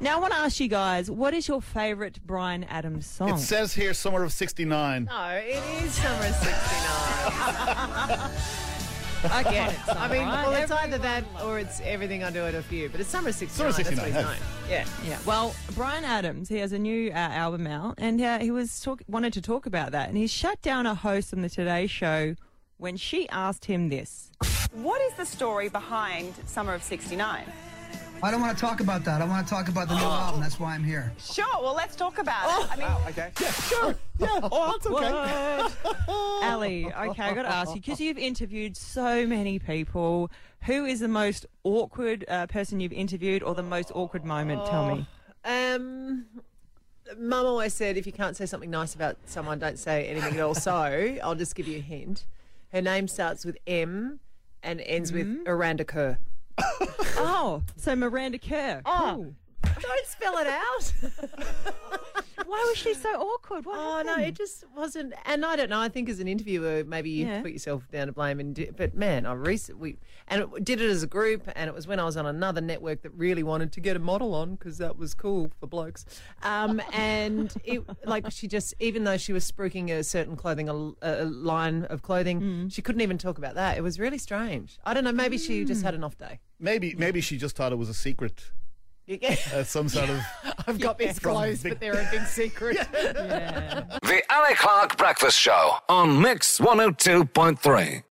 Now, I want to ask you guys, what is your favourite Brian Adams song? It says here summer of 69. No, it is summer of 69. I get it. I mean, Brian. well, it's either that or it's everything I do at a few, but it's summer of 69. Summer of 69, That's what he's huh? known. Yeah. Yeah. Well, Brian Adams, he has a new uh, album out, and uh, he was talk- wanted to talk about that, and he shut down a host on the Today Show when she asked him this. What is the story behind Summer of 69? I don't want to talk about that. I want to talk about the new album. That's why I'm here. Sure, well, let's talk about it. I mean, What? Ali, okay, I got to ask you because you've interviewed so many people. Who is the most awkward uh, person you've interviewed, or the most awkward moment? Tell me. Um, Mum always said if you can't say something nice about someone, don't say anything at all. So I'll just give you a hint. Her name starts with M and ends Mm-hmm. with Aranda Kerr. Oh, so Miranda Kerr. Oh, Don't spell it out. why was she so awkward? What oh no, happened? it just wasn't. And I don't know. I think as an interviewer, maybe you Yeah. put yourself down to blame. And did, but man, I recently we and it, did it as a group. And it was when I was on another network that really wanted to get a model on because that was cool for blokes. Um, and it like she just even though she was spruiking a certain clothing a, a line of clothing, she couldn't even talk about that. It was really strange. I don't know. Maybe she just had an off day. Maybe maybe she just thought it was a secret. Uh, some sort of. I've got these clothes, but they're a big secret. The Ali Clark Breakfast Show on Mix 102.3.